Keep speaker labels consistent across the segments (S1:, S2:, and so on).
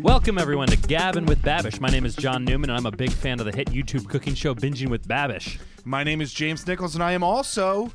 S1: Welcome, everyone, to Gavin with Babish. My name is John Newman, and I'm a big fan of the hit YouTube cooking show Binging with Babish.
S2: My name is James Nichols, and I am also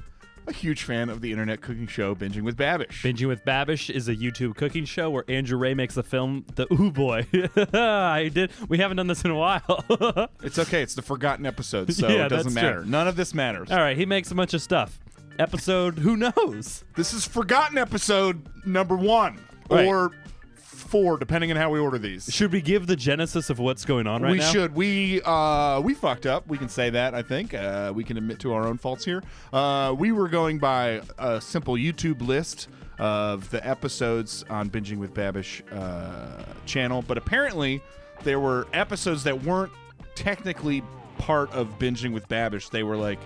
S2: a huge fan of the internet cooking show Binging with Babish.
S1: Binging with Babish is a YouTube cooking show where Andrew Ray makes the film The Ooh Boy. I did. We haven't done this in a while. All
S2: it's okay, it's the forgotten episode, so
S1: Yeah,
S2: it
S1: that's
S2: doesn't matter.
S1: true.
S2: None of this matters.
S1: right, he makes a bunch of stuff. Episode, who knows?
S2: This is forgotten episode number one
S1: Right.
S2: or four, depending on how we order these.
S1: Should we give the genesis of what's going on right
S2: we
S1: now?
S2: should. We uh, we fucked up. We can say that. I think uh, we can admit to our own faults here. Uh, we were going by a simple YouTube list of the episodes on binging with Babish uh, channel, but apparently there were episodes that weren't technically part of binging with Babish. They were like,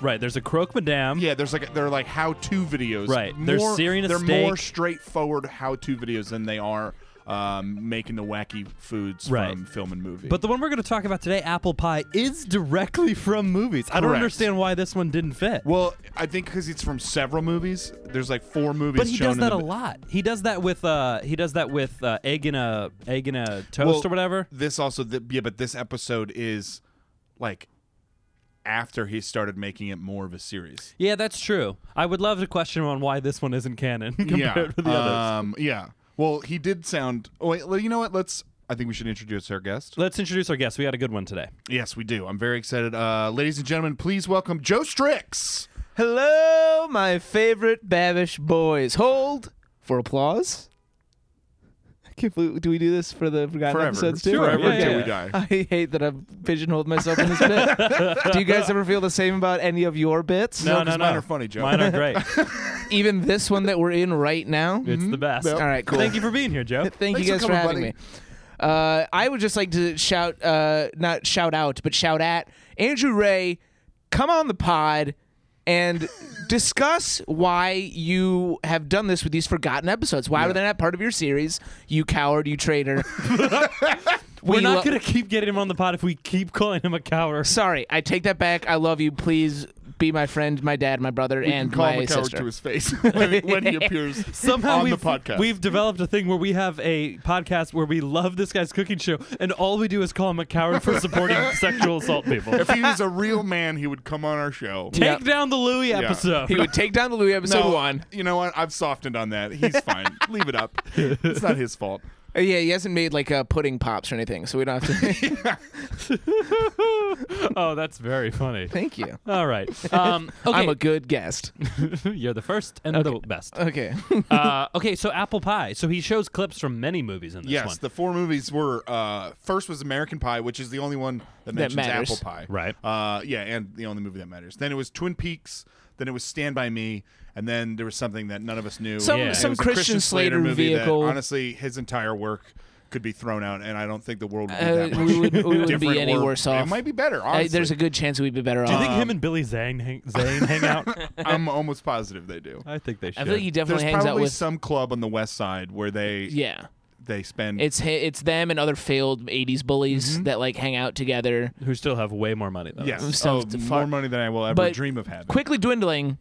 S1: Right, there's a croque madame.
S2: yeah, there's like they're like how-to videos.
S1: Right. They're
S2: More-
S1: searing a
S2: They're
S1: steak.
S2: more straightforward how-to videos than they are. Um, making the wacky foods
S1: Right.
S2: from film and movie.
S1: But the one we're going to talk about today, apple pie, is directly from movies. I don't
S2: Correct.
S1: understand why this one didn't fit.
S2: Well, I think because it's from several movies. There's like four movies.
S1: but he
S2: shown
S1: does
S2: in
S1: that
S2: the-
S1: a lot. He does that with uh he does that with uh, egg in a egg in a toast
S2: Well,
S1: or whatever.
S2: This also, th- yeah, but this episode is like after he started making it more of a series.
S1: Yeah, that's true. I would love to question on why this one isn't canon compared to the others.
S2: um, yeah. Well, he did sound. Oh, wait, well, you know what? Let's. I think we should introduce our guest.
S1: Let's introduce our guest. We got a good one today.
S2: Yes, we do. I'm very excited, uh, ladies and gentlemen. Please welcome Joe Strix.
S3: Hello, my favorite Babish boys. Hold for applause. I can't believe, do we do this for the forgotten
S2: Forever.
S3: episodes too?
S1: Sure,
S2: Forever
S1: yeah,
S2: until
S1: yeah, Uh,
S2: we die.
S3: I hate that I've pigeonholed myself in this bit. do you guys ever feel the same about any of your bits?
S2: No, 'cause mine are funny, Joe.
S1: Mine are great.
S3: Even this one that we're in right now?
S1: it's the best.
S2: Yep.
S3: All right, cool.
S1: Thank you for being here, Joe.
S3: Thank you
S2: Thanks
S3: guys
S2: for
S3: for,
S2: coming, buddy.
S3: having me. Uh, I would just like to shout, uh, not shout out, but shout at Andrew Ray. Come on the pod and discuss why you have done this with these forgotten episodes. Why were they not part of your series? You coward, you traitor.
S1: We're not
S3: lo-
S1: going to keep getting him on the pod if we keep calling him a coward.
S3: Sorry, I take that back. I love you. Please be my friend, my dad, my brother, and
S2: Call
S3: my
S2: him a coward
S3: sister.
S2: to his face when, when he appears
S1: Somehow
S2: on
S1: we've,
S2: the podcast.
S1: we've developed a thing where we have a podcast where we love this guy's cooking show, and all we do is call him a coward for supporting sexual assault people.
S2: if he was a real man, he would come on our show.
S1: Take
S3: Yeah.
S1: down the Louis episode.
S3: He would take down the Louis episode
S2: No,
S3: one.
S2: You know what? I've softened on that. He's fine. Leave it up. It's not his fault.
S3: Uh, Yeah, he hasn't made like uh, pudding pops or anything, so we don't have to.
S1: oh, that's very funny.
S3: Thank you.
S1: All right. Um, okay.
S3: I'm a good guest.
S1: You're the first and the best.
S3: Okay.
S1: Uh, okay, so apple pie. So he shows clips from many movies in this
S2: yes,
S1: one.
S2: the four movies were uh, first was American Pie, which is the only one that mentions
S3: matters.
S2: apple pie.
S1: Right.
S2: Uh, yeah, and the only movie that matters. Then it was Twin Peaks. Then it was Stand by Me, and then there was something that none of us knew.
S3: Some-
S2: And it
S1: some
S2: was a
S3: Christian Slater
S2: movie that,
S3: vehicle.
S2: honestly, his entire work could be thrown out, and I don't think the world would be
S3: Uh,
S2: that much
S3: we would- we wouldn't be
S2: different
S3: any
S2: or-
S3: worse off.
S2: It might be better.
S3: I,
S2: Honestly,
S3: there's a good chance we'd be better off.
S1: Do you think him and Billy Zane hang, Zane hang out?
S2: I'm almost positive they do.
S1: I think they should.
S3: I feel like he definitely
S2: there's
S3: hangs out
S2: probably
S3: with.
S2: some club on the west side where they
S3: yeah,
S2: they spend
S3: it's hi- it's them and other failed '80s bullies that like hang out together,
S1: Who still have way more money than us.
S2: yes
S3: uh, some-
S2: oh,
S3: to
S2: more
S3: fart.
S2: money than I will ever
S3: But
S2: dream of having.
S3: quickly dwindling.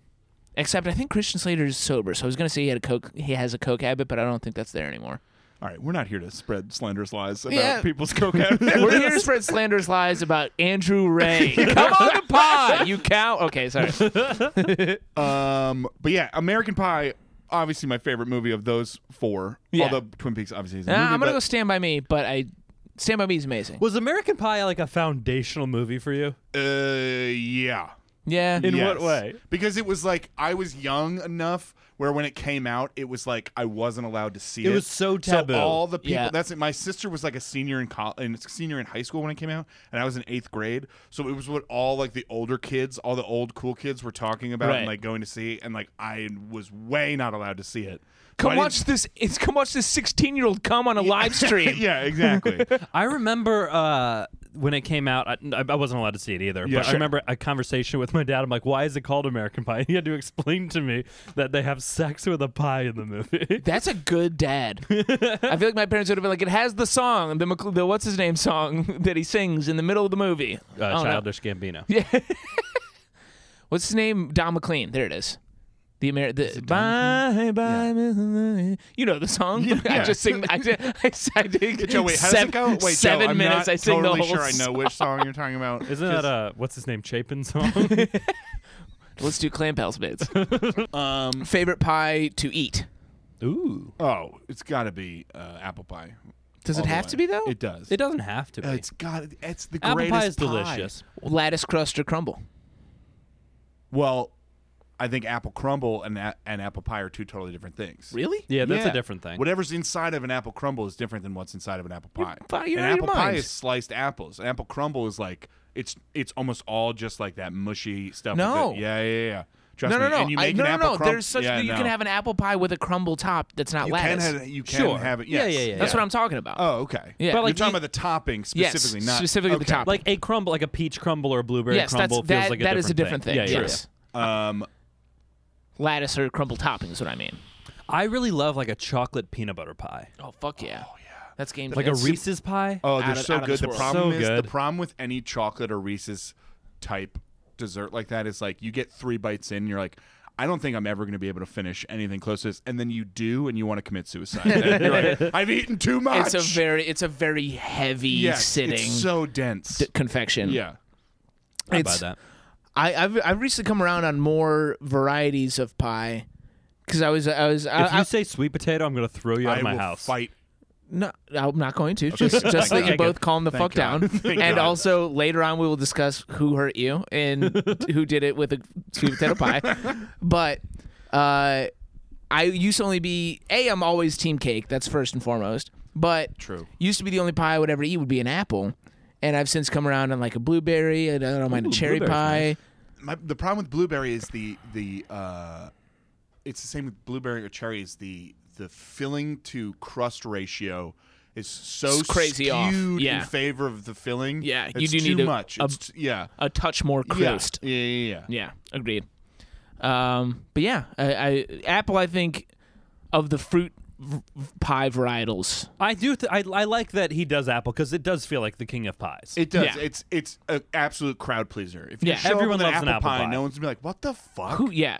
S3: Except I think Christian Slater is sober, so I was gonna say he had a coke. He has a coke habit, but I don't think that's there anymore.
S2: All right, we're not here to spread slanderous lies about
S3: Yeah.
S2: people's coke habits.
S3: We're here to spread slanderous lies about Andrew Ray. Come on the pod, you cow. Okay, sorry. Uh,
S2: um, but yeah, American Pie, obviously my favorite movie of those four.
S3: Yeah.
S2: Although Twin Peaks obviously is.
S3: Nah,
S2: a movie,
S3: I'm gonna
S2: but
S3: go Stand by Me, but I Stand by Me is amazing.
S1: Was American Pie like a foundational movie for you?
S2: Uh, yeah.
S3: yeah,
S1: In
S2: Yes.
S1: what way?
S2: Because it was like I was young enough where when it came out, it was like I wasn't allowed to see it.
S1: It was so taboo.
S2: all the people.
S3: Yeah.
S2: That's it. My sister was like a senior in college, and senior in high school when it came out, and I was in eighth grade. So it was what all like the older kids, all the old cool kids, were talking about and
S3: Right.
S2: like going to see, and like I was way not allowed to see it. So I
S3: Come
S2: didn't-
S3: watch this. It's come watch this 16 year old come on a live stream.
S2: yeah, exactly.
S1: I remember uh, when it came out, I, I wasn't allowed to see it either. but
S2: Yeah,
S1: I
S2: sure.
S1: remember a conversation with my dad. I'm like, why is it called American Pie? He had to explain to me that they have sex with a pie in the movie.
S3: That's a good dad. I feel like my parents would have been like, it has the song, the, Mc- the what's his name song that he sings in the middle of the movie.
S2: Uh,
S1: Uh,
S3: I
S1: Oh,
S3: don't know.
S1: Childish Gambino.
S3: What's his name? Don McLean. There it is. The Amer the bye bye, Miss Lou- you know the song. I
S2: yeah.
S3: just sing. I did. I, I did.
S2: Joe, wait, how does
S3: seven,
S2: it go? Wait,
S3: seven
S2: Joe, I'm
S3: minutes.
S2: not
S3: I sing
S2: totally
S3: the whole.
S2: sure I know
S3: song.
S2: which song you're talking about.
S1: Isn't
S2: Just-
S1: that uh what's his name Chapin song?
S3: Let's do clam pals bits. um, favorite pie to eat.
S1: Ooh,
S2: Oh, it's got to be uh, apple pie.
S3: Does
S2: All
S3: it
S2: the
S3: have
S2: way.
S3: to be though?
S2: It does.
S1: it doesn't have to be.
S2: Uh, It's got. It's the
S1: Apple
S2: greatest
S1: pie is delicious.
S3: Lattice crust or crumble.
S2: Well, I think apple crumble and a- and apple pie are two totally different things.
S3: Really?
S1: Yeah, that's a different thing.
S2: Whatever's inside of an apple crumble is different than what's inside of an apple pie.
S3: fi- you're
S2: an
S3: out of
S2: apple
S3: your
S2: pie
S3: mind.
S2: is sliced apples. An apple crumble is like it's it's almost all just like that mushy stuff. with
S3: No.
S2: it. Yeah, yeah, yeah. Trust
S3: No, no,
S2: me.
S3: no.
S2: And you
S3: I,
S2: make
S3: no,
S2: an
S3: no,
S2: apple
S3: no.
S2: crumb-
S3: There's such
S2: yeah,
S3: you
S2: no.
S3: can have an apple pie with a crumble top that's not
S2: You can
S3: lattice.
S2: have you can
S1: Sure.
S2: have it.
S1: Yeah,
S2: yes.
S1: yeah, yeah, yeah.
S3: that's what I'm talking about.
S2: Oh, okay.
S3: Yeah. But,
S2: But like
S3: like,
S2: you're talking
S3: you-
S2: about the topping
S3: yes,
S2: specifically, not
S3: specifically the
S2: okay.
S3: top.
S1: like a crumble, like a peach crumble or a blueberry
S3: yes, that's
S1: crumble, feels
S3: that.
S1: like a
S3: that
S1: different
S3: is a different thing.
S1: Yeah, true.
S3: yes.
S2: Um,
S3: Lattice or crumble topping is what I mean.
S1: I really love like a chocolate peanut butter pie,
S3: Oh fuck yeah. Oh yeah. That's game.
S1: like a Reese's pie.
S2: Oh, they're
S3: out of-
S2: so
S3: out of
S2: good.
S3: this
S2: The
S3: world.
S2: problem
S1: So
S2: is the
S1: good.
S2: problem with any chocolate or Reese's type dessert like that is like you get three bites in, and you're like, I don't think I'm ever going to be able to finish anything close to this, and then you do, and you want to commit suicide. Then you're like, I've eaten too much.
S3: It's a very it's a very heavy
S2: Yes,
S3: sitting
S2: It's so dense.
S3: d- confection.
S2: yeah.
S1: I buy
S3: it's-
S1: that.
S3: I, I've I've recently come around on more varieties of pie because I was I was I,
S1: If
S3: I,
S1: you say sweet potato, I'm gonna throw you out
S2: I
S1: of my
S2: will
S1: house.
S2: fight.
S3: no I'm not going to just just that you
S1: Thank
S3: both
S1: God.
S3: calm the fuck
S2: God.
S3: down
S2: Thank
S3: and
S2: God.
S3: also later on we will discuss who hurt you and who did it with a sweet potato pie but uh I used to only be a I'm always team cake that's first and foremost but
S2: True.
S3: used to be the only pie I would ever eat would be an apple. And I've since come around on like a blueberry. and I don't mind
S1: Ooh,
S3: a cherry
S1: blueberry's
S3: pie.
S1: nice.
S2: My, the problem with blueberry is the the uh, it's the same with blueberry or cherry is the the filling to crust ratio is so
S3: It's crazy off.
S2: skewed
S3: Yeah.
S2: in favor of the filling.
S3: Yeah, you
S2: It's
S3: do
S2: too
S3: need a-
S2: much.
S3: a-
S2: It's t- yeah.
S3: a touch more
S2: Yeah.
S3: crust.
S2: Yeah, yeah, yeah.
S3: Yeah, agreed. Um, but yeah, I, I apple. I think of the fruit v- pie varietals.
S1: I do. Th- I, I like that he does apple because it does feel like the king of pies.
S2: It does.
S3: Yeah.
S2: It's it's an absolute crowd pleaser. If you
S3: Yeah.
S2: show up
S1: Everyone
S2: with
S1: loves
S2: an
S1: an apple
S2: apple, pie,
S1: pie.
S2: no one's gonna be like, "What the fuck."
S3: Who? Yeah.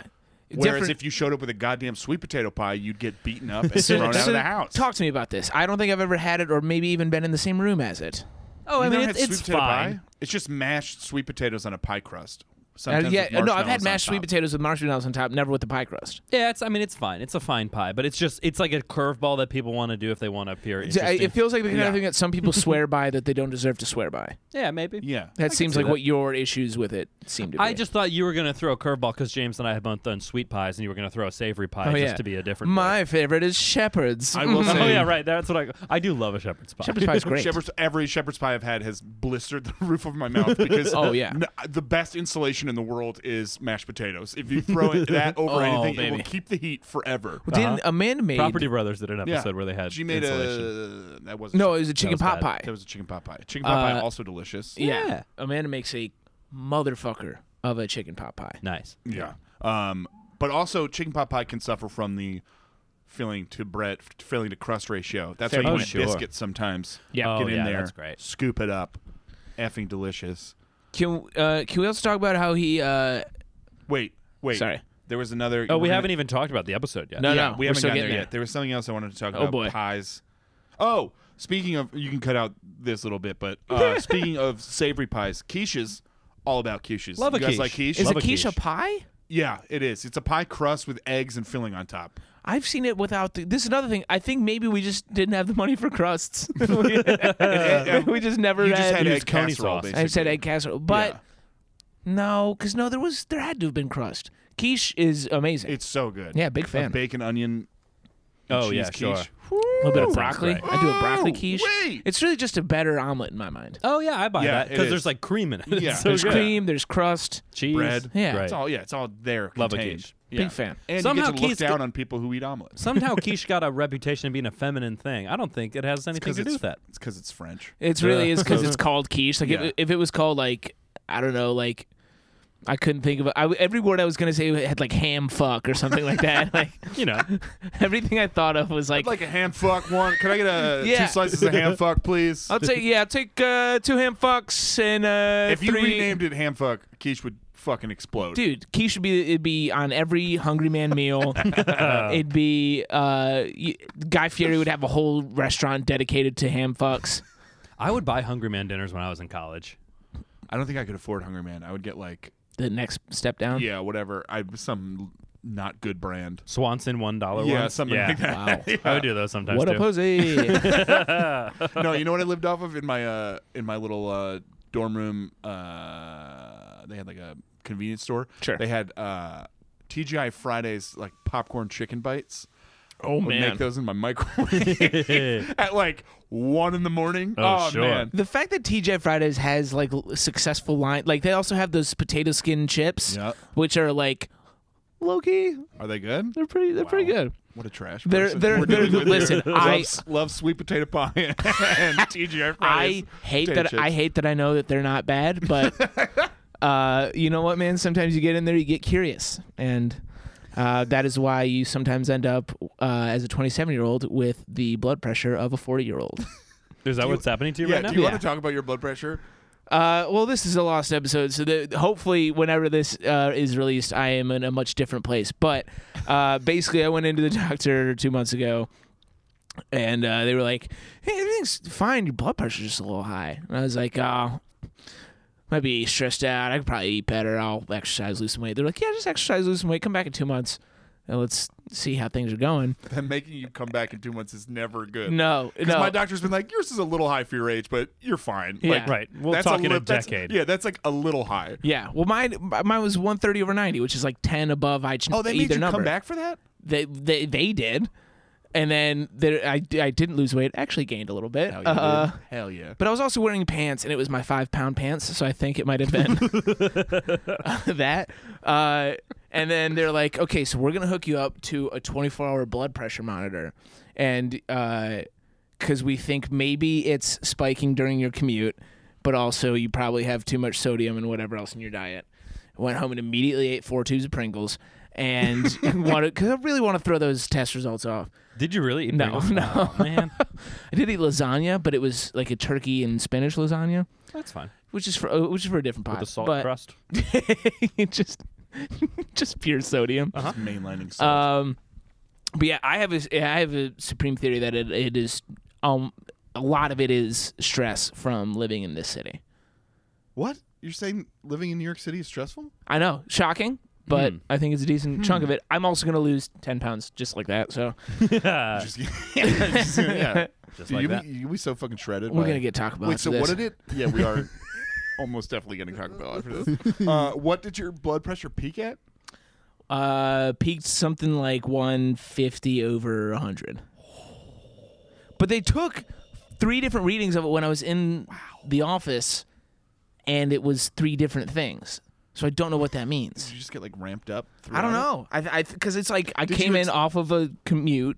S2: Whereas
S3: Different-
S2: if you showed up with a goddamn sweet potato pie, you'd get beaten up and thrown out of
S3: So
S2: the house.
S3: Talk to me about this. I don't think I've ever had it, or maybe even been in the same room as it.
S1: oh, I
S2: You never
S1: mean,
S2: had
S1: it's, it's
S2: sweet potato
S1: fine.
S2: pie? It's just mashed sweet potatoes on a pie crust.
S3: Uh,
S2: Sometimes
S3: yeah,
S2: with
S3: no, I've
S2: marshmallows
S3: had
S2: on
S3: mashed sweet
S2: top.
S3: potatoes with marshmallows on top, never with the pie crust.
S1: Yeah, it's. I mean, it's fine. It's a fine pie, but it's just. It's like a curveball that people want to do if they want to appear
S3: D- I-
S1: interesting.
S3: It feels like the kind
S2: Yeah.
S3: of thing that some people swear by that they don't deserve to swear by.
S1: yeah, maybe.
S2: Yeah.
S3: That seems
S1: see
S3: like
S1: that.
S3: what your issues with it seem to be.
S1: I just thought you were gonna throw a curveball because James and I have both done sweet pies, and you were gonna throw a savory pie
S3: Oh,
S1: just
S3: yeah.
S1: to be a different.
S3: my favorite is shepherds.
S2: I
S1: Pie.
S2: will say Uh-huh.
S1: Oh yeah, right. That's what I. I do love a shepherd's pie.
S3: Shepherd's pie is great.
S2: Shepherd's, every shepherd's pie I've had has blistered the roof of my mouth because
S3: Oh, yeah.
S2: n- uh, the best insulation in the world is mashed potatoes. If you throw it, that over
S3: Oh,
S2: anything, it
S3: baby.
S2: will keep the heat forever.
S3: Didn't Amanda made
S1: Property Brothers did an
S2: Yeah.
S1: episode where they had
S2: she made
S1: insulation.
S2: a that was
S3: No, it was a chicken
S1: was
S3: pot
S1: bad.
S3: pie.
S2: that was a chicken pot pie. Chicken pot pie
S3: Uh,
S2: also delicious.
S3: yeah.
S1: Yeah.
S3: Amanda makes a motherfucker of a chicken pot pie.
S1: nice.
S2: Yeah. Um, but also chicken pot pie can suffer from the filling to bread, filling to crust ratio. That's why
S3: Fair
S2: you
S1: point. Oh,
S2: want
S1: sure.
S2: biscuits sometimes.
S3: Yeah.
S1: Oh,
S2: Get in
S1: yeah,
S2: there,
S1: that's great.
S2: scoop it up, effing delicious.
S3: Can uh, can we also talk about how he? Uh,
S2: Wait, wait.
S3: Sorry.
S2: There was another.
S1: Oh, we
S2: we're gonna-
S1: haven't even talked about the episode yet.
S3: no,
S2: yeah,
S3: no,
S2: we
S3: we're
S2: haven't
S3: still
S2: gotten there,
S3: getting there.
S2: yet. There was something else I wanted to talk
S3: Oh,
S2: about.
S3: boy.
S2: Pies. Oh, speaking of, you can cut out this little bit, but uh, speaking of savory pies, quiches, all about quiches.
S1: Love
S2: you
S1: a
S2: guys
S1: quiche.
S2: like quiche?
S3: is
S1: Love
S3: a
S1: a
S3: quiche a
S1: quiche.
S3: pie?
S2: yeah, it is. It's a pie crust with eggs and filling on top.
S3: I've seen it without. The, this is another thing. I think maybe we just didn't have the money for crusts. Uh, we just never.
S2: um, You just had
S1: use
S2: egg
S1: Coney
S2: casserole,
S1: sauce.
S2: basically.
S3: I said egg casserole, but no, because no, there was there had to have been crust. Quiche is amazing.
S2: It's so good.
S3: Yeah, big
S2: A
S3: fan.
S2: bacon, onion.
S1: Oh,
S2: cheese
S1: yeah, sure.
S2: quiche.
S3: a little bit
S1: That
S3: of
S1: sounds
S3: broccoli.
S1: great.
S3: I do a broccoli
S2: Oh,
S3: quiche.
S2: wait.
S3: It's really just a better omelet in my mind.
S1: Oh yeah, I buy
S2: Yeah,
S1: that
S2: it
S1: because
S2: is.
S1: there's like cream in it. It's
S2: Yeah.
S1: so
S3: There's
S1: good.
S3: cream. There's crust.
S1: cheese,
S2: bread.
S3: Yeah.
S1: Right.
S2: It's all yeah. It's all there.
S1: Love a
S2: contained.
S1: quiche.
S2: Yeah.
S3: Big fan.
S2: And
S1: Somehow
S2: you get to look
S1: quiche
S2: down
S1: get-
S2: on people who eat omelets
S1: Somehow quiche got a reputation of being a feminine thing. I don't think it has anything to do
S2: it's
S1: with that.
S2: It's because it's French.
S3: It really is because it's called quiche. Like
S2: Yeah.
S3: if, if it was called like I don't know, like I couldn't think of it. I, every word I was gonna say had like ham fuck or something like that. Like
S1: You know,
S3: everything I thought of was like,
S2: I'd like a ham fuck one. Can I get a
S3: Yeah.
S2: two slices of ham fuck, please?
S3: I'll take yeah, I'll take uh, two ham fucks and uh,
S2: if you
S3: three-
S2: renamed it ham fuck, quiche would fucking explode.
S3: Dude, quiche would be it'd be on every Hungry Man meal. Uh, it'd be uh, y- Guy Fieri would have a whole restaurant dedicated to ham fucks.
S1: I would buy Hungry Man dinners when I was in college.
S2: I don't think I could afford Hungry Man. I would get like
S3: The next step down.
S2: yeah, whatever. I some not good brand.
S1: Swanson one dollar.
S2: Yeah,
S1: ones?
S2: something
S1: yeah.
S2: like that.
S3: Wow.
S1: I would do those sometimes
S3: What
S1: too.
S3: a posy.
S2: no, you know what I lived off of in my uh in my little uh dorm room uh they had like a convenience store.
S3: Sure.
S2: They had uh TGI Fridays like popcorn chicken bites.
S3: oh
S2: Would make those in my microwave at like one in the morning.
S1: Oh,
S2: Oh,
S1: sure.
S2: man.
S3: The fact that TJ Fridays has like l- successful line, like they also have those potato skin chips,
S2: Yep.
S3: which are like low key.
S2: Are they good?
S3: They're pretty. They're pretty
S2: Wow.
S3: good.
S2: What a trash.
S3: They're-
S2: person
S3: they're-
S2: we're
S3: they're-
S2: dealing with
S3: listen,
S2: here.
S3: I-
S2: love, s- love sweet potato pie and TGI Fridays.
S3: I hate
S2: potato
S3: that.
S2: chips.
S3: I hate that I know that they're not bad, but uh, you know what, man? Sometimes you get in there, you get curious, and uh, that is why you sometimes end up uh, as a 27 year old with the blood pressure of a 40 year old.
S1: Is that what's happening to you
S2: Yeah,
S1: right now?
S2: do you
S3: Yeah.
S2: want to talk about your blood pressure?
S3: Uh, well, this is a lost episode, so the, hopefully, whenever this uh, is released, I am in a much different place. But uh, basically, I went into the doctor two months ago, and uh, they were like, "Hey, everything's fine. Your blood pressure's just a little high." And I was like, "Oh, might be stressed out. I could probably eat better. I'll exercise, lose some weight." They're like, "Yeah, just exercise, lose some weight. Come back in two months, and let's see how things are going."
S2: Then making you come back in two months is never good.
S3: No,
S2: Because
S3: no.
S2: my doctor's been like, yours is a little high for your age, but you're fine.
S3: Yeah.
S2: Like,
S1: Right. We'll
S2: that's
S1: talk in a
S2: lit- that's-
S1: decade.
S2: yeah, that's like a little high.
S3: yeah, well, mine mine was 130 over 90, which is like 10 above each,
S2: Oh, they
S3: either
S2: made you
S3: number.
S2: come back for that?
S3: they they, they did, and then there, I I didn't lose weight. Actually, gained a little bit. Uh,
S2: Hell yeah.
S3: but I was also wearing pants, and it was my five pound pants, so I think it might have been that. Uh, and then they're like, okay, so we're gonna hook you up to a 24 hour blood pressure monitor, and because we think maybe it's spiking during your commute, but also you probably have too much sodium and whatever else in your diet. Went home and immediately ate four tubes of Pringles, and wanted because I really want to throw those test results off.
S1: Did you really? Eat
S3: No,
S1: Pringles?
S3: no.
S1: Oh, man,
S3: I did eat lasagna, but it was like a turkey and spinach lasagna
S1: that's fine.
S3: which is for uh, which is for a different pot.
S1: With the salt
S3: but
S1: crust.
S3: it just just pure
S1: Oh,
S3: sodium.
S2: Just mainlining salt.
S3: Um, but yeah, I have a I have a supreme theory that it, it is um a lot of it is stress from living in this city.
S2: what? You're saying living in New York City is stressful?
S3: I know, shocking,
S1: Hmm.
S3: but I think it's a decent
S2: Hmm.
S3: chunk of it. I'm also gonna lose ten pounds just like that, so
S1: Yeah,
S2: Just, just, yeah.
S1: just
S2: Dude,
S1: like
S2: you,
S1: that.
S2: you, we so fucking shredded.
S3: we're
S2: by-
S3: gonna get Taco Bell.
S2: Wait,
S3: after
S2: so
S3: this.
S2: what did it? Yeah, we are almost definitely getting Taco Bell after this. Uh, what did your blood pressure peak at?
S3: Uh, peaked something like 150 over 100. But they took three different readings of it when I was in the office, and it was three different things. So I don't know what that means.
S2: Did you just get like ramped up?
S3: I don't
S2: throughout
S3: know. I because it's like I
S2: Did
S3: came
S2: you
S3: in
S2: ex-
S3: off of a commute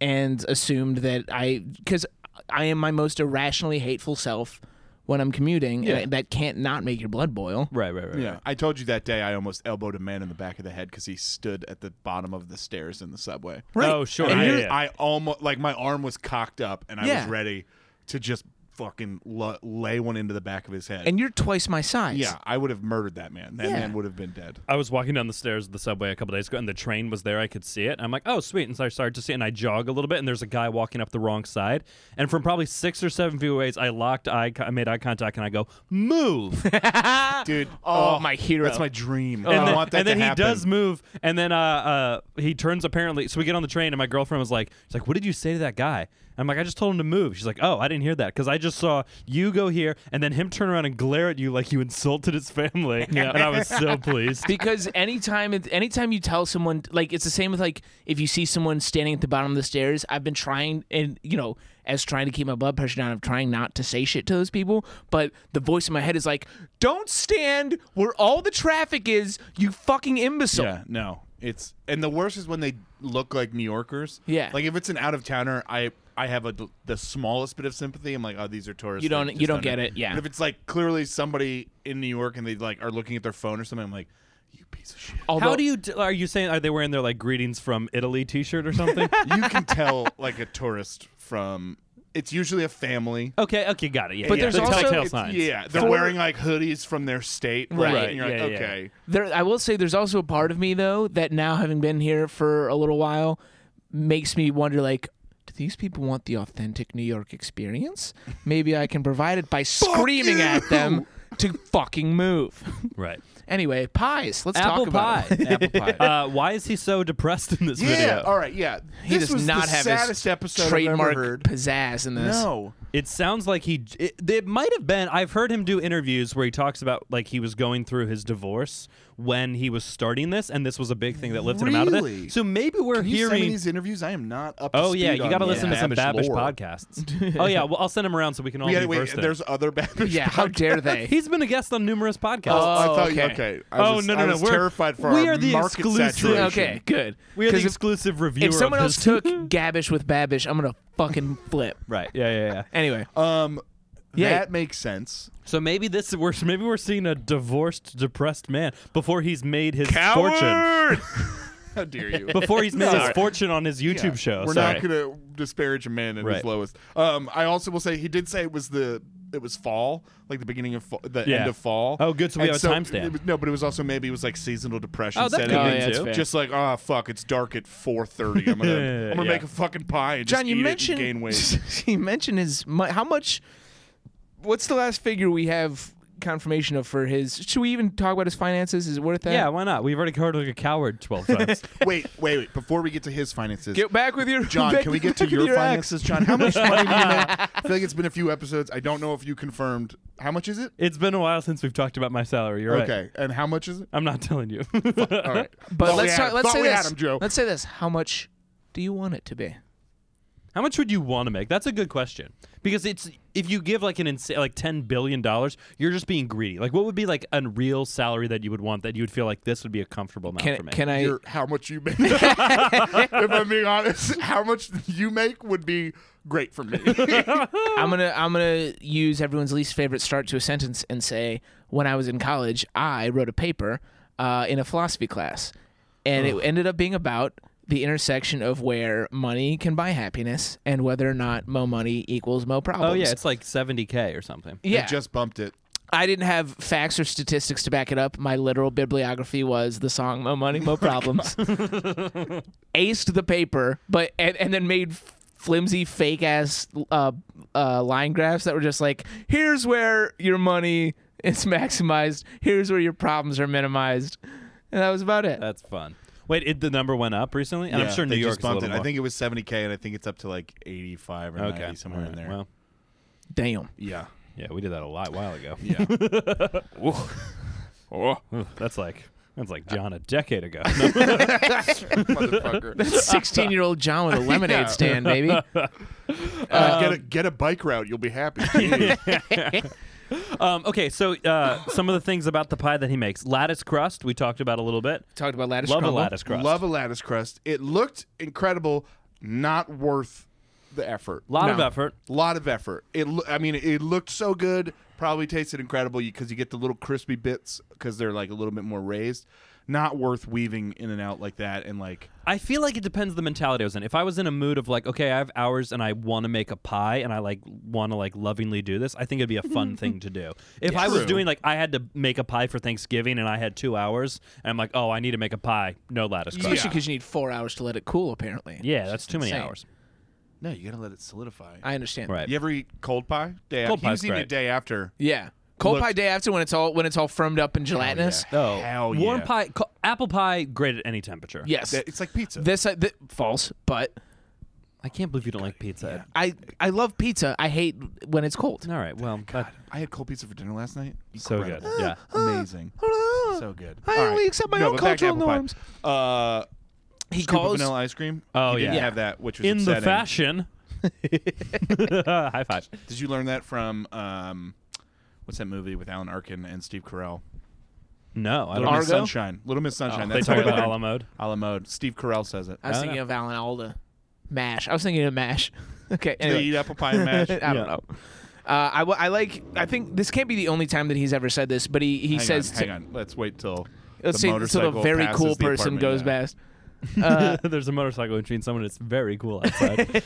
S3: and assumed that I because I am my most irrationally hateful self when I'm commuting,
S2: Yeah.
S3: and I- that can't not make your blood boil.
S1: Right, right, right.
S2: Yeah, I told you that day I almost elbowed a man in the back of the head because he stood at the bottom of the stairs in the subway.
S1: Right. Oh, sure.
S2: And
S1: Yeah,
S2: I,
S1: yeah, yeah.
S2: I almost like my arm was cocked up and I
S3: Yeah.
S2: was ready to just fucking lo- lay one into the back of his head.
S3: And you're twice my size.
S2: yeah, I would have murdered that man. That
S3: Yeah.
S2: man would have been dead.
S1: I was walking down the stairs of the subway a couple days ago, and the train was there. I could see it. I'm like, oh, sweet. And so I started to see it, and I jog a little bit, and there's a guy walking up the wrong side. And from probably six or seven feet away, I locked eye, con- I made eye contact, and I go, move. and
S2: Dude,
S3: Oh, my hero.
S2: That's my dream. Oh, I
S1: then,
S2: want that
S1: and then
S2: to
S1: he
S2: happen.
S1: does move, and then uh, uh, he turns apparently. So we get on the train, and my girlfriend was like, she's like, what did you say to that guy? I'm like, I just told him to move. She's like, oh, I didn't hear that because I just saw you go here, and then him turn around and glare at you like you insulted his family. And I was so pleased.
S3: because anytime it- anytime you tell someone like it's the same with like if you see someone standing at the bottom of the stairs i've been trying and you know as trying to keep my blood pressure down i'm trying not to say shit to those people but the voice in my head is like don't stand where all the traffic is you fucking imbecile
S2: Yeah, no. It's and the worst is when they look like New Yorkers.
S3: Yeah.
S2: like if it's an out of towner, I I have a the smallest bit of sympathy. I'm like, oh, these are tourists.
S3: You don't-
S2: They're
S3: you
S2: just
S3: don't
S2: under-
S3: get it, yeah.
S2: But if it's like clearly somebody in New York and they like are looking at their phone or something, I'm like, you piece of shit.
S3: although
S1: How do you? d- Are you saying are they wearing their like greetings from Italy T-shirt or something?
S2: you can tell like a tourist from It's usually a family.
S1: Okay, okay, got it. Yeah,
S3: But
S1: yeah.
S3: there's
S1: the
S3: also-
S1: telltale
S3: it's-
S1: signs.
S2: Yeah, they're
S3: For-
S2: wearing like hoodies from their state, right?
S3: Right.
S2: And you're
S1: Yeah,
S2: like,
S1: yeah.
S2: okay,
S3: There, I will say there's also a part of me though that now having been here for a little while makes me wonder like do these people want the authentic New York experience? Maybe I can provide it by screaming at them to fucking move.
S1: Right.
S3: anyway, pies. Let's
S1: Apple
S3: talk about
S1: pie.
S3: it. apple pie.
S1: Uh, why is he so depressed in this
S2: yeah,
S1: video?
S2: all right, yeah.
S3: He
S2: this
S3: does
S2: was
S3: not
S2: the
S3: have
S2: saddest
S3: his
S2: episode
S3: trademark
S2: I've ever heard.
S3: pizzazz in this.
S2: No,
S1: It sounds like he. It, it might have been. I've heard him do interviews where he talks about like he was going through his divorce when he was starting this, and this was a big thing that lifted him out of
S2: Really?
S1: it. So maybe we're
S2: Can you send me
S1: hearing.
S2: these interviews. I am not up. To
S1: Oh yeah,
S2: speed
S1: you
S2: on
S1: got to
S2: the
S1: listen to some Babish
S2: Babish lore.
S1: podcasts. oh yeah, well I'll send him around so we can all
S2: Yeah,
S1: be
S2: wait,
S1: versed in it.
S2: there's other Babish.
S3: Yeah, how dare they?
S1: He's been a guest on numerous podcasts.
S2: Oh, I
S3: Oh,
S2: thought you
S3: okay.
S2: okay. I
S1: Oh,
S2: was,
S1: no, no,
S2: I
S1: no,
S2: was
S1: we're-
S2: terrified for
S1: we
S2: our
S1: are the
S2: market
S1: exclusive-
S2: saturation.
S3: okay, good.
S1: we are the
S3: 'Cause if,
S1: exclusive reviewer.
S3: if someone
S1: of
S3: else
S1: this.
S3: took Gabish with Babish, I'm gonna fucking flip.
S1: right, yeah, yeah, yeah.
S3: Anyway,
S2: Um,
S3: Yeah.
S2: that makes sense.
S1: So maybe this we're maybe we're seeing a divorced, depressed man before he's made his fortune.
S2: How dare you?
S1: Before he's made his
S2: Sorry.
S1: fortune on his YouTube
S2: Yeah.
S1: show.
S2: We're
S1: Sorry.
S2: not going to disparage a man at his
S1: Right.
S2: lowest. Um, I also will say he did say it was the it was fall, like the beginning of fall, the
S1: Yeah.
S2: end of fall.
S1: Oh, good, so we
S2: And
S1: have a timestamp.
S2: it was- No, but it was also maybe it was like seasonal depression
S1: Oh, that
S2: setting
S1: could be
S2: in.
S1: Oh, yeah, that's fair.
S2: Just like oh fuck, it's dark at four thirty. I'm gonna I'm gonna
S1: Yeah.
S2: make a fucking pie. And
S3: John,
S2: just
S3: you
S2: eat it and
S3: mentioned
S2: gain weight.
S3: you mentioned his mu- how much? What's the last figure we have confirmation of for his? Should we even talk about his finances? Is it worth that?
S1: Yeah, why not? We've already heard like a coward twelve times.
S2: wait, wait, wait. Before we get to his finances,
S3: Get back with your
S2: John,
S3: back-
S2: can we get to
S3: back with
S2: your,
S3: ex.
S2: finances, John? How much money do you make? I feel like it's been a few episodes. I don't know if you confirmed. How much is it?
S1: it's been a while since we've talked about my salary. You're right.
S2: Okay, and how much is it?
S1: I'm not telling you.
S2: All right,
S3: But
S2: Thought we
S3: let's
S2: had
S3: talk,
S2: him.
S3: let's
S2: Thought
S3: say
S2: we
S3: this.
S2: had him, Joe.
S3: Let's say this. How much do you want it to be?
S1: How much would you want to make? That's a good question because it's if you give like an insane like ten billion dollars, you're just being greedy. Like, what would be like a real salary that you would want that you would feel like this would be a comfortable amount for
S3: Can
S1: me?
S3: can I?
S2: your- how much you make. if I'm being honest, how much you make would be great for me.
S3: I'm gonna I'm gonna use everyone's least favorite start to a sentence and say, when I was in college, I wrote a paper uh, in a philosophy class, and it ended up being about the intersection of where money can buy happiness and whether or not mo money equals mo problems.
S1: oh yeah, it's like seventy k or something.
S3: yeah.
S2: I just bumped it.
S3: I didn't have facts or statistics to back it up. My literal bibliography was the song "Mo Money Mo Problems." Aced the paper, but and, and then made flimsy fake ass uh, uh, line graphs that were just like, "Here's where your money is maximized. Here's where your problems are minimized," and that was about it.
S1: That's fun. Wait, it, the number went up recently, and I'm sure New York's a
S2: bumped
S1: little
S2: it.
S1: more.
S2: I think it was 70k, and I think it's up to like 85 or
S1: okay,
S2: 90 somewhere
S1: All
S2: in
S1: right.
S2: there.
S1: Well,
S3: Damn.
S2: yeah,
S1: yeah, we did that a lot while ago.
S2: yeah.
S1: that's like that's like John a decade ago. No.
S2: Motherfucker.
S3: Sixteen-year-old John with a lemonade
S2: Yeah.
S3: stand, baby.
S2: Uh, get a get a bike route. You'll be happy.
S1: um, okay, so uh, some of the things about the pie that he makes: lattice crust. We talked about a little bit.
S3: Talked about lattice.
S1: Love
S3: crumble.
S1: a lattice crust.
S2: Love a lattice crust. It looked incredible. Not worth the effort.
S1: lot of
S3: No.
S1: effort.
S2: lot of effort. It, lo- I mean, it looked so good. Probably tasted incredible because you get the little crispy bits because they're like a little bit more raised. Not worth weaving in and out like that and like
S1: I feel like it depends the mentality I was in. If I was in a mood of like, okay, I have hours and I want to make a pie and I like want to like lovingly do this, I think it'd be a fun thing to do. If I was
S2: True.
S1: doing like I had to make a pie for Thanksgiving and I had two hours and I'm like, oh, I need to make a pie, no lattice crust.
S3: Especially
S2: Yeah.
S3: because you need four hours to let it cool. Apparently.
S1: Yeah, that's too many
S3: insane.
S1: hours.
S2: no, you gotta let it solidify.
S3: I understand.
S1: Right.
S2: you ever eat cold pie? Day
S1: Cold
S2: after. He was
S1: pie's
S2: eating
S1: great.
S2: it day after. Oh,
S3: Yeah. Cold
S2: Looked-
S3: pie day after when it's all when it's all firmed up and gelatinous.
S1: Oh,
S2: Hell
S1: warm
S2: yeah.
S1: pie, co- apple pie, great at any temperature.
S3: Yes.
S2: That- It's like pizza.
S3: this I, th- false, but
S1: I can't believe you don't like pizza.
S3: I I love pizza. I hate when it's cold.
S1: All right, well,
S2: God,
S1: that,
S2: I had cold pizza for dinner last night.
S1: so good.
S2: Incredible.
S1: Yeah.
S2: Amazing. So good.
S3: I
S2: All
S3: only accept my
S2: No,
S3: own
S2: but back to
S3: cultural
S2: apple pie.
S3: norms.
S2: Uh,
S3: He
S2: scoop of
S3: calls
S2: vanilla ice cream.
S1: Oh,
S2: He didn't
S1: yeah.
S2: have that, which was
S1: In the
S2: upsetting.
S1: fashion. High five.
S2: Did you learn that from um, what's that movie with Alan Arkin and Steve Carell?
S1: No, I don't.
S2: Little Miss
S3: Argo?
S2: Sunshine. Little Miss Sunshine.
S1: Oh. they
S2: That's
S1: talk
S2: how
S1: about
S2: I
S1: a
S2: learned.
S1: la mode.
S2: A la mode. Steve Carell says it.
S3: I was
S1: I don't
S3: thinking of Alan Alda. Mash. I was thinking of mash. okay.
S2: Do they
S3: Anyway.
S2: eat apple pie and
S3: I
S2: mash?
S3: don't know. Uh, I, w- I like. I think this can't be the only time that he's ever said this, but he, he
S2: hang
S3: says.
S2: on,
S3: to-
S2: hang on. Let's wait till
S3: Let's
S2: the
S3: see. Until
S2: motorcycle
S3: a very
S2: passes
S3: cool
S2: the
S3: person
S2: apartment,
S3: goes
S2: yeah.
S3: past. Uh,
S1: There's a motorcycle between someone that's very cool outside.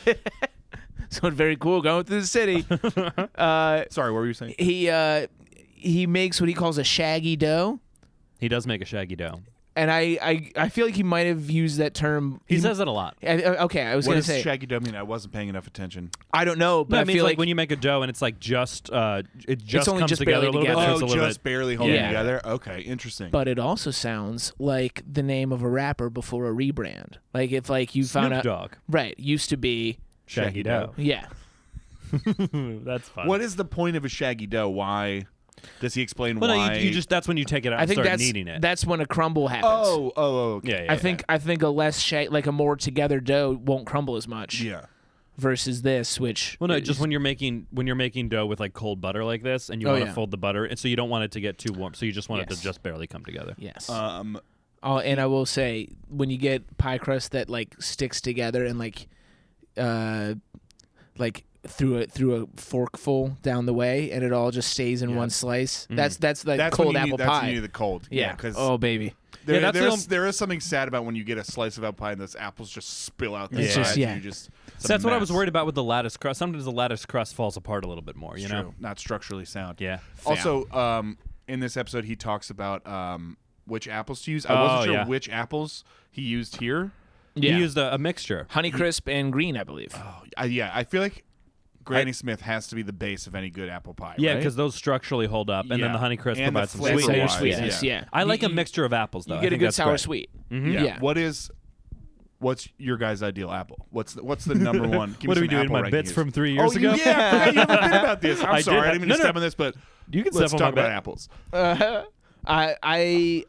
S3: someone very cool going through the city. uh,
S2: Sorry, what were you saying?
S3: he uh, he makes what he calls a shaggy dough,
S1: He does make a shaggy dough.
S3: and I I, I feel like he might have used that term.
S1: He says it a lot.
S3: I, I- okay, I was
S2: What
S3: gonna
S2: does
S3: say
S2: Shaggy Dough mean? I wasn't paying enough attention.
S3: I don't know, but
S1: No,
S3: I
S1: it means
S3: feel
S1: like, when you make a dough and it's like just uh, it just
S3: only
S1: comes
S3: just
S1: together a
S3: barely
S1: little
S3: together.
S1: bit.
S3: Oh,
S1: so it's a little
S2: Oh, just
S1: bit.
S2: barely holding
S1: Yeah.
S2: together. Okay, interesting.
S3: but it also sounds like the name of a rapper before a rebrand. Like if like you found
S1: Snoop
S3: out
S1: Dogg,
S3: right used to be
S1: shaggy
S2: Shaggy
S1: dough.
S3: yeah.
S1: That's fun.
S2: what is the point of a Shaggy Dough? Why does he explain
S1: Well,
S2: why?
S1: no, you, you just that's when you take it out
S3: I
S1: and
S3: think
S1: start
S3: that's
S1: kneading it.
S3: that's when a crumble happens.
S2: oh, oh, oh, okay.
S1: yeah, yeah,
S3: I
S1: yeah.
S3: think I think a less shag like a more together dough won't crumble as much
S2: yeah.
S3: versus this, which
S1: Well, no,
S3: is-
S1: just when you're making when you're making dough with like cold butter like this, and you
S3: Oh,
S1: want to
S3: yeah.
S1: fold the butter, and so you don't want it to get too warm, so you just want it
S3: Yes.
S1: to just barely come together.
S3: yes.
S2: Um,
S3: Oh, and I will say, when you get pie crust that like sticks together and like, uh, like through a through a forkful down the way, and it all just stays in one slice.
S1: Mm.
S3: That's that's like
S2: that's
S3: cold
S2: when you need,
S3: apple
S2: That's when
S3: pie.
S2: you need the cold. Yeah,
S3: yeah.
S2: because
S3: oh baby.
S2: there,
S1: Yeah, that's the
S2: there's-
S1: only-
S2: there is something sad about when you get a slice of apple pie and those apples just spill out. The
S3: It's
S2: sides
S3: just-
S2: and
S3: yeah.
S2: you just, it's a
S1: So that's what I was
S2: mess.
S1: worried about with the lattice crust. Sometimes the lattice crust falls apart a little bit more, you
S2: It's
S1: know.
S2: true. not structurally sound.
S1: Yeah.
S2: Also, um, in this episode, he talks about um, which apples to use. I wasn't
S1: Oh,
S2: sure
S1: yeah.
S2: which apples he used here.
S1: You Oh,
S3: Yeah.
S1: used a, a mixture.
S3: Honey crisp and green, I believe.
S2: I, yeah, I feel like Granny Smith has to be the base of any good apple pie.
S1: Yeah,
S2: right?
S1: because those structurally hold up, and
S2: Yeah.
S1: then the honey crisp
S2: And the
S1: provides some
S2: flavor
S1: sweetness.
S3: Sour
S2: wise,
S3: sweetness.
S2: yeah.
S3: Yeah.
S1: I like
S3: You-
S1: a mixture of apples though.
S3: You
S1: I
S3: get a
S1: think
S3: good
S1: that's
S3: sour
S1: great. Mm-hmm.
S3: sweet.
S2: yeah.
S3: yeah.
S2: What is what's your guys' ideal apple? What's the, what's the number one? Give me
S1: What are we
S2: some
S1: doing?
S2: apple
S1: My
S2: rankings.
S1: bits from three
S2: Oh
S1: years
S2: you-
S1: ago.
S2: yeah, I forgot you have a bit about this. I'm
S1: I did
S2: sorry, I
S1: have-
S2: didn't mean
S1: no,
S2: to
S1: no.
S2: step on this, but
S1: You can
S2: let's
S1: step on
S2: talk
S1: my
S2: about
S1: bit.
S2: apples.
S3: Uh, I I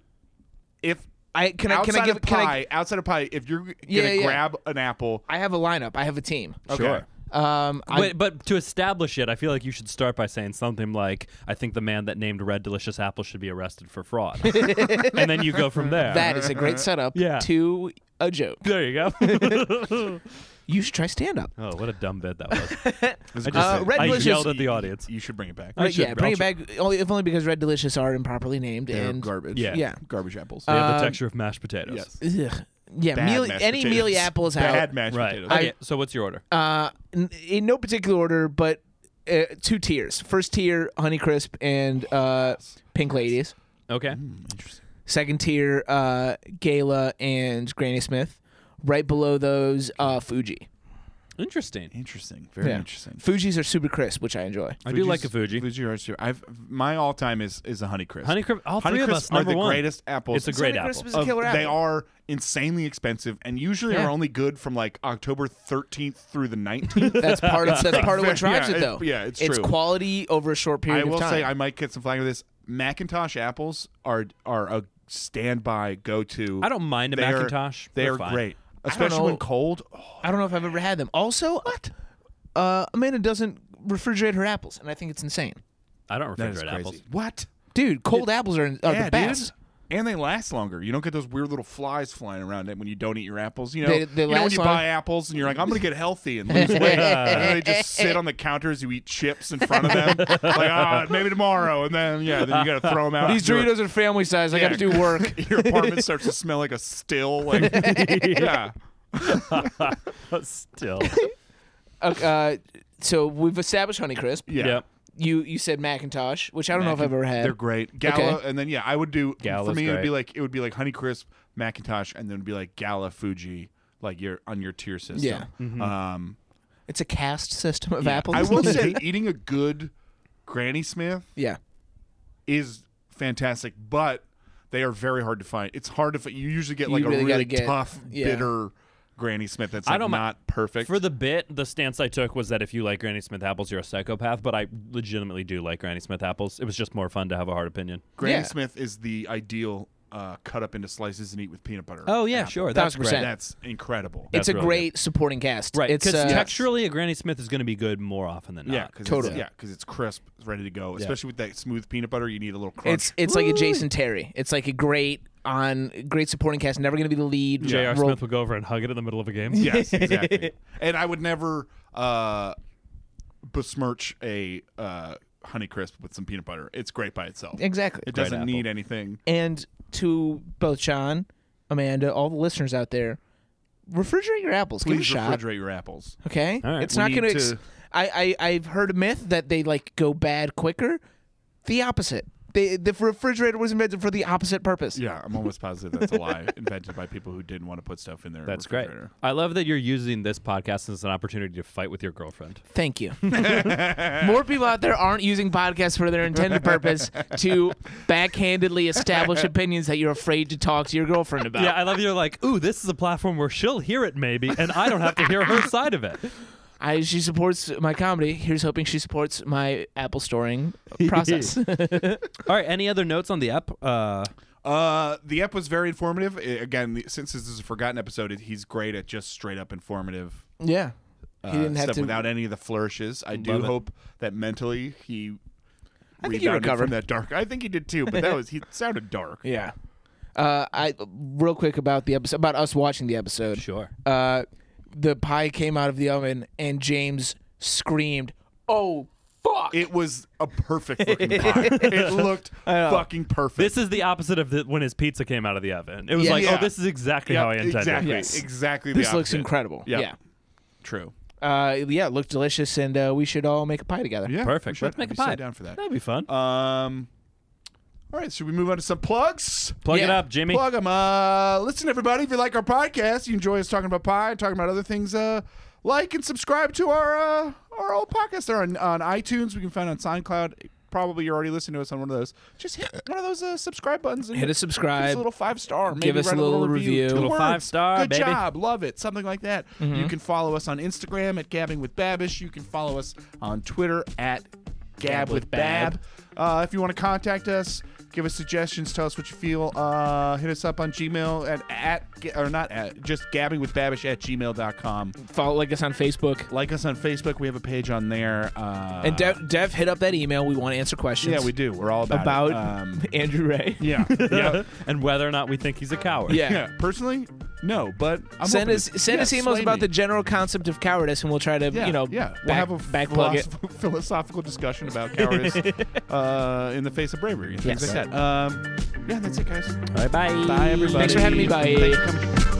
S2: If
S3: I can I
S2: outside
S3: can I give
S2: of
S3: can
S2: pie,
S3: I
S2: outside of pie, if you're gonna
S3: Yeah, yeah.
S2: grab an apple,
S3: I have a lineup. I have a team.
S2: okay.
S1: Sure.
S3: Um, I-
S1: Wait, but to establish it, I feel like you should start by saying something like, "I think the man that named Red Delicious Apple should be arrested for fraud," and then you go from there.
S3: that is a great setup
S1: Yeah.
S3: to a joke.
S1: there you go.
S3: You should try stand up.
S1: oh, what a dumb bit that was!
S2: It's
S1: I
S2: a good
S1: just-
S2: thing.
S3: Red
S1: I
S3: Delicious-
S1: yelled at the audience.
S2: You should bring it back.
S1: I
S3: But
S1: should-
S3: yeah, bring
S1: I'll
S3: it back. Only, if only because Red Delicious are improperly named
S2: They're
S3: and
S2: garbage.
S1: Yeah.
S3: Yeah.
S2: garbage apples.
S1: They have the
S3: Um,
S1: texture of mashed potatoes.
S2: Uh, yes,
S3: Ugh. yeah,
S2: Bad
S3: mealy,
S2: mashed
S3: any
S2: potatoes.
S3: mealy apples
S2: bad
S3: out.
S2: mashed
S1: Right.
S2: potatoes.
S1: Okay. so what's your order?
S3: uh, n- in no particular order, but uh, two tiers. First tier, Honeycrisp and uh, Pink Ladies.
S1: Okay.
S2: Mm-hmm. Interesting.
S3: Second tier, uh, Gala and Granny Smith. Right below those, uh, Fuji.
S1: Interesting.
S2: Interesting. Very
S3: Yeah.
S2: interesting.
S3: Fuji's are super crisp, which I enjoy.
S1: I do like a Fuji.
S2: Fuji's- Fuji Roadster. I've my all time is is a Honeycrisp.
S1: Honeycrisp- all three of
S2: Honeycrisp
S1: us,
S2: are
S1: number
S2: the
S1: one.
S2: greatest apples.
S1: It's a great apple.
S3: Honeycrisp is a
S2: of-
S3: killer apple.
S2: They are insanely expensive and usually
S3: Yeah.
S2: are only good from like October 13th through the 19th.
S3: That's part. Of, that's part of what drives
S2: Yeah,
S3: it,
S2: it-
S3: though.
S2: yeah, it's true.
S3: quality over a short
S2: I
S3: period
S2: will
S3: of time.
S2: say I might get some flag with this. Macintosh apples are are a standby go to.
S1: I don't mind a Macintosh.
S2: They
S1: They're
S2: are
S1: fine.
S2: great, especially
S3: know.
S2: when cold. Oh,
S3: I don't know if I've ever had them. Also, what? Uh, Amanda doesn't refrigerate her apples, and I think it's insane.
S1: I don't
S2: that is
S1: refrigerate
S2: crazy.
S1: apples.
S2: What?
S3: Dude, cold apples are, are
S2: yeah,
S3: the
S2: dude.
S3: best.
S2: And they last longer. You don't get those weird little flies flying around it when you don't eat your apples. You know,
S3: They- they
S2: you, know when
S3: last
S2: you
S3: long-
S2: buy apples and you're like, I'm gonna get healthy and lose weight, and they just sit on the counters. You eat chips in front of them, like ah, maybe tomorrow, and then yeah, then you gotta throw them out. Your-
S3: are family size. I
S2: gotta do
S3: work.
S2: Your apartment starts to smell like a still. Like, yeah.
S1: Still.
S3: uh, so we've established Honeycrisp.
S2: Yeah.
S1: Yep.
S3: You you said Macintosh, which I don't know if I've ever had.
S2: They're great. Gala,
S3: Okay.
S2: and then yeah, I would do. for
S1: Gala's
S2: me, it would be
S1: great.
S2: like it would be like Honeycrisp, Macintosh, and then it'd be like Gala Fuji, like your on your tier system.
S3: Yeah.
S1: Mm-hmm.
S2: Um,
S3: It's a caste system of apples.
S2: I will say, eating a good Granny Smith
S3: yeah.
S2: is fantastic, but they are very hard to find. It's hard to. fi- You usually get like
S3: really
S2: a
S3: gotta
S2: really
S3: get-
S2: tough,
S3: yeah.
S2: bitter Granny Smith that's
S1: I
S2: like
S1: don't mi-
S2: not perfect.
S1: For the bit, the stance I took was that if you like Granny Smith apples, you're a psychopath. But I legitimately do like Granny Smith apples. It was just more fun to have a hard opinion.
S2: Granny
S3: Yeah.
S2: Smith is the ideal uh, cut up into slices and eat with peanut butter.
S1: Oh yeah,
S2: apple.
S1: sure, that's
S3: that's Thousand percent.
S1: great.
S3: great.
S2: That's incredible.
S1: That's
S3: it's a
S1: really
S3: great supporting cast.
S1: Right,
S3: It's
S1: because
S3: uh,
S1: texturally, a Granny Smith is going to be good more often than
S2: Yeah,
S1: not.
S2: Uh, cause
S3: Totally.
S2: It's, yeah, because it's crisp, it's ready to go. Especially with that smooth peanut butter, you need a little crunch.
S3: It's it's like a Jason Terry. It's like a great on great supporting cast. Never going to be the lead.
S1: J.R.
S3: role-
S1: Smith will go over and hug it in the middle of a game.
S2: yes, exactly. and I would never uh, besmirch a uh, honey crisp with some peanut butter. It's great by itself.
S3: Exactly.
S2: It doesn't
S1: apple.
S2: need anything.
S3: And to both Sean, Amanda, all the listeners out there, refrigerate your apples. Give it a
S2: Please
S3: shot.
S2: refrigerate your apples.
S3: Okay,
S1: All right,
S3: it's
S2: we
S3: not
S2: need
S3: going ex-
S2: to-
S3: I, I I've heard a myth that they like go bad quicker. The opposite. They, the refrigerator was invented for the opposite purpose.
S2: Yeah, I'm almost positive that's a lie invented by people who didn't want to put stuff in their
S1: That's great.
S2: refrigerator.
S1: I love that you're using this podcast as an opportunity to fight with your girlfriend.
S3: Thank you. More people out there aren't using podcasts for their intended purpose to backhandedly establish opinions that you're afraid to talk to your girlfriend about.
S1: Yeah, I love you're like, ooh, this is a platform where she'll hear it maybe, and I don't have to hear her side of it.
S3: I, she supports my comedy. Here's hoping she supports my Apple storing process.
S1: All right, any other notes on the app? Uh,
S2: Uh, the ep was very informative. I- again, the- since this is a forgotten episode, it- he's great at just straight up informative
S3: yeah.
S2: uh,
S3: He didn't have
S2: stuff
S3: to.
S2: without any of the flourishes. I do
S1: Love it.
S2: hope that mentally he
S3: I think he
S2: rebounded
S3: recovered.
S2: from that dark. I think he did too, but that was he sounded dark.
S3: yeah. Uh, I real quick about the episode about us watching the episode.
S1: sure.
S3: uh, the pie came out of the oven and James screamed, "Oh fuck!"
S2: It was a perfect looking pie. It looked fucking perfect.
S1: This is the opposite of the, when his pizza came out of the oven. It was
S3: Yeah.
S1: like,
S2: Yeah.
S1: oh, this is exactly
S2: Yep,
S1: how I intended.
S2: exactly,
S3: Yes.
S2: exactly.
S3: this
S2: the
S3: looks
S2: opposite.
S3: incredible.
S2: Yep.
S3: Yeah.
S2: True.
S3: Uh, yeah, it looked delicious, and uh, we should all make a pie together.
S2: Yeah, we
S1: Perfect.
S2: should.
S1: Let's make
S2: I'd
S1: a
S2: be so
S1: pie.
S2: down for that.
S1: That'd be fun.
S2: Um. All right, should we move on to some plugs?
S1: Plug it
S3: yeah.
S1: up, Jimmy.
S2: Plug 'em. Uh, listen, everybody, if you like our podcast, you enjoy us talking about pie, talking about other things, uh, like and subscribe to our uh, our old podcast there on, on iTunes. We can find on SoundCloud. Probably you're already listening to us on one of those. Just hit one of those uh, subscribe buttons. And
S3: Hit a
S2: give us
S3: subscribe.
S2: a little five star. Maybe
S3: Give us
S2: write
S3: a little review.
S2: Two
S1: Little
S2: words.
S1: five star,
S2: Good
S1: baby.
S2: job. Love it. Something like that. You
S3: Mm-hmm.
S2: can follow us on Instagram at Gabbing with Babish. You can follow us on Twitter at Gab with Bab. Uh, if you want to contact us, give us suggestions, tell us what you feel, uh, hit us up on Gmail at, at or not at, just gabbing with babish at gmail.com.
S3: Follow like us on Facebook.
S2: Like us on Facebook. We have a page on there. Uh,
S3: And Dev, Dev, hit up that email. We want to answer questions.
S2: Yeah, we do. We're all about, it.
S3: about
S2: Um,
S3: Andrew Ray.
S2: yeah. yeah.
S1: and whether or not we think he's a coward.
S3: Yeah.
S2: Yeah. Personally, no, but I'm
S3: Send
S2: open
S3: us
S2: to-
S3: send
S2: yeah,
S3: us emails
S2: slay
S3: about
S2: me.
S3: the general concept of cowardice, and we'll try to
S2: yeah,
S3: you know
S2: yeah.
S3: back,
S2: we'll have a
S3: back plug it.
S2: philosoph- philosophical discussion about cowardice uh, in the face of bravery and things
S3: Yes.
S2: like that. Um, yeah, that's it, guys.
S1: All right, bye.
S2: Bye, everybody.
S3: Thanks for having me. Bye.
S2: Thanks for coming.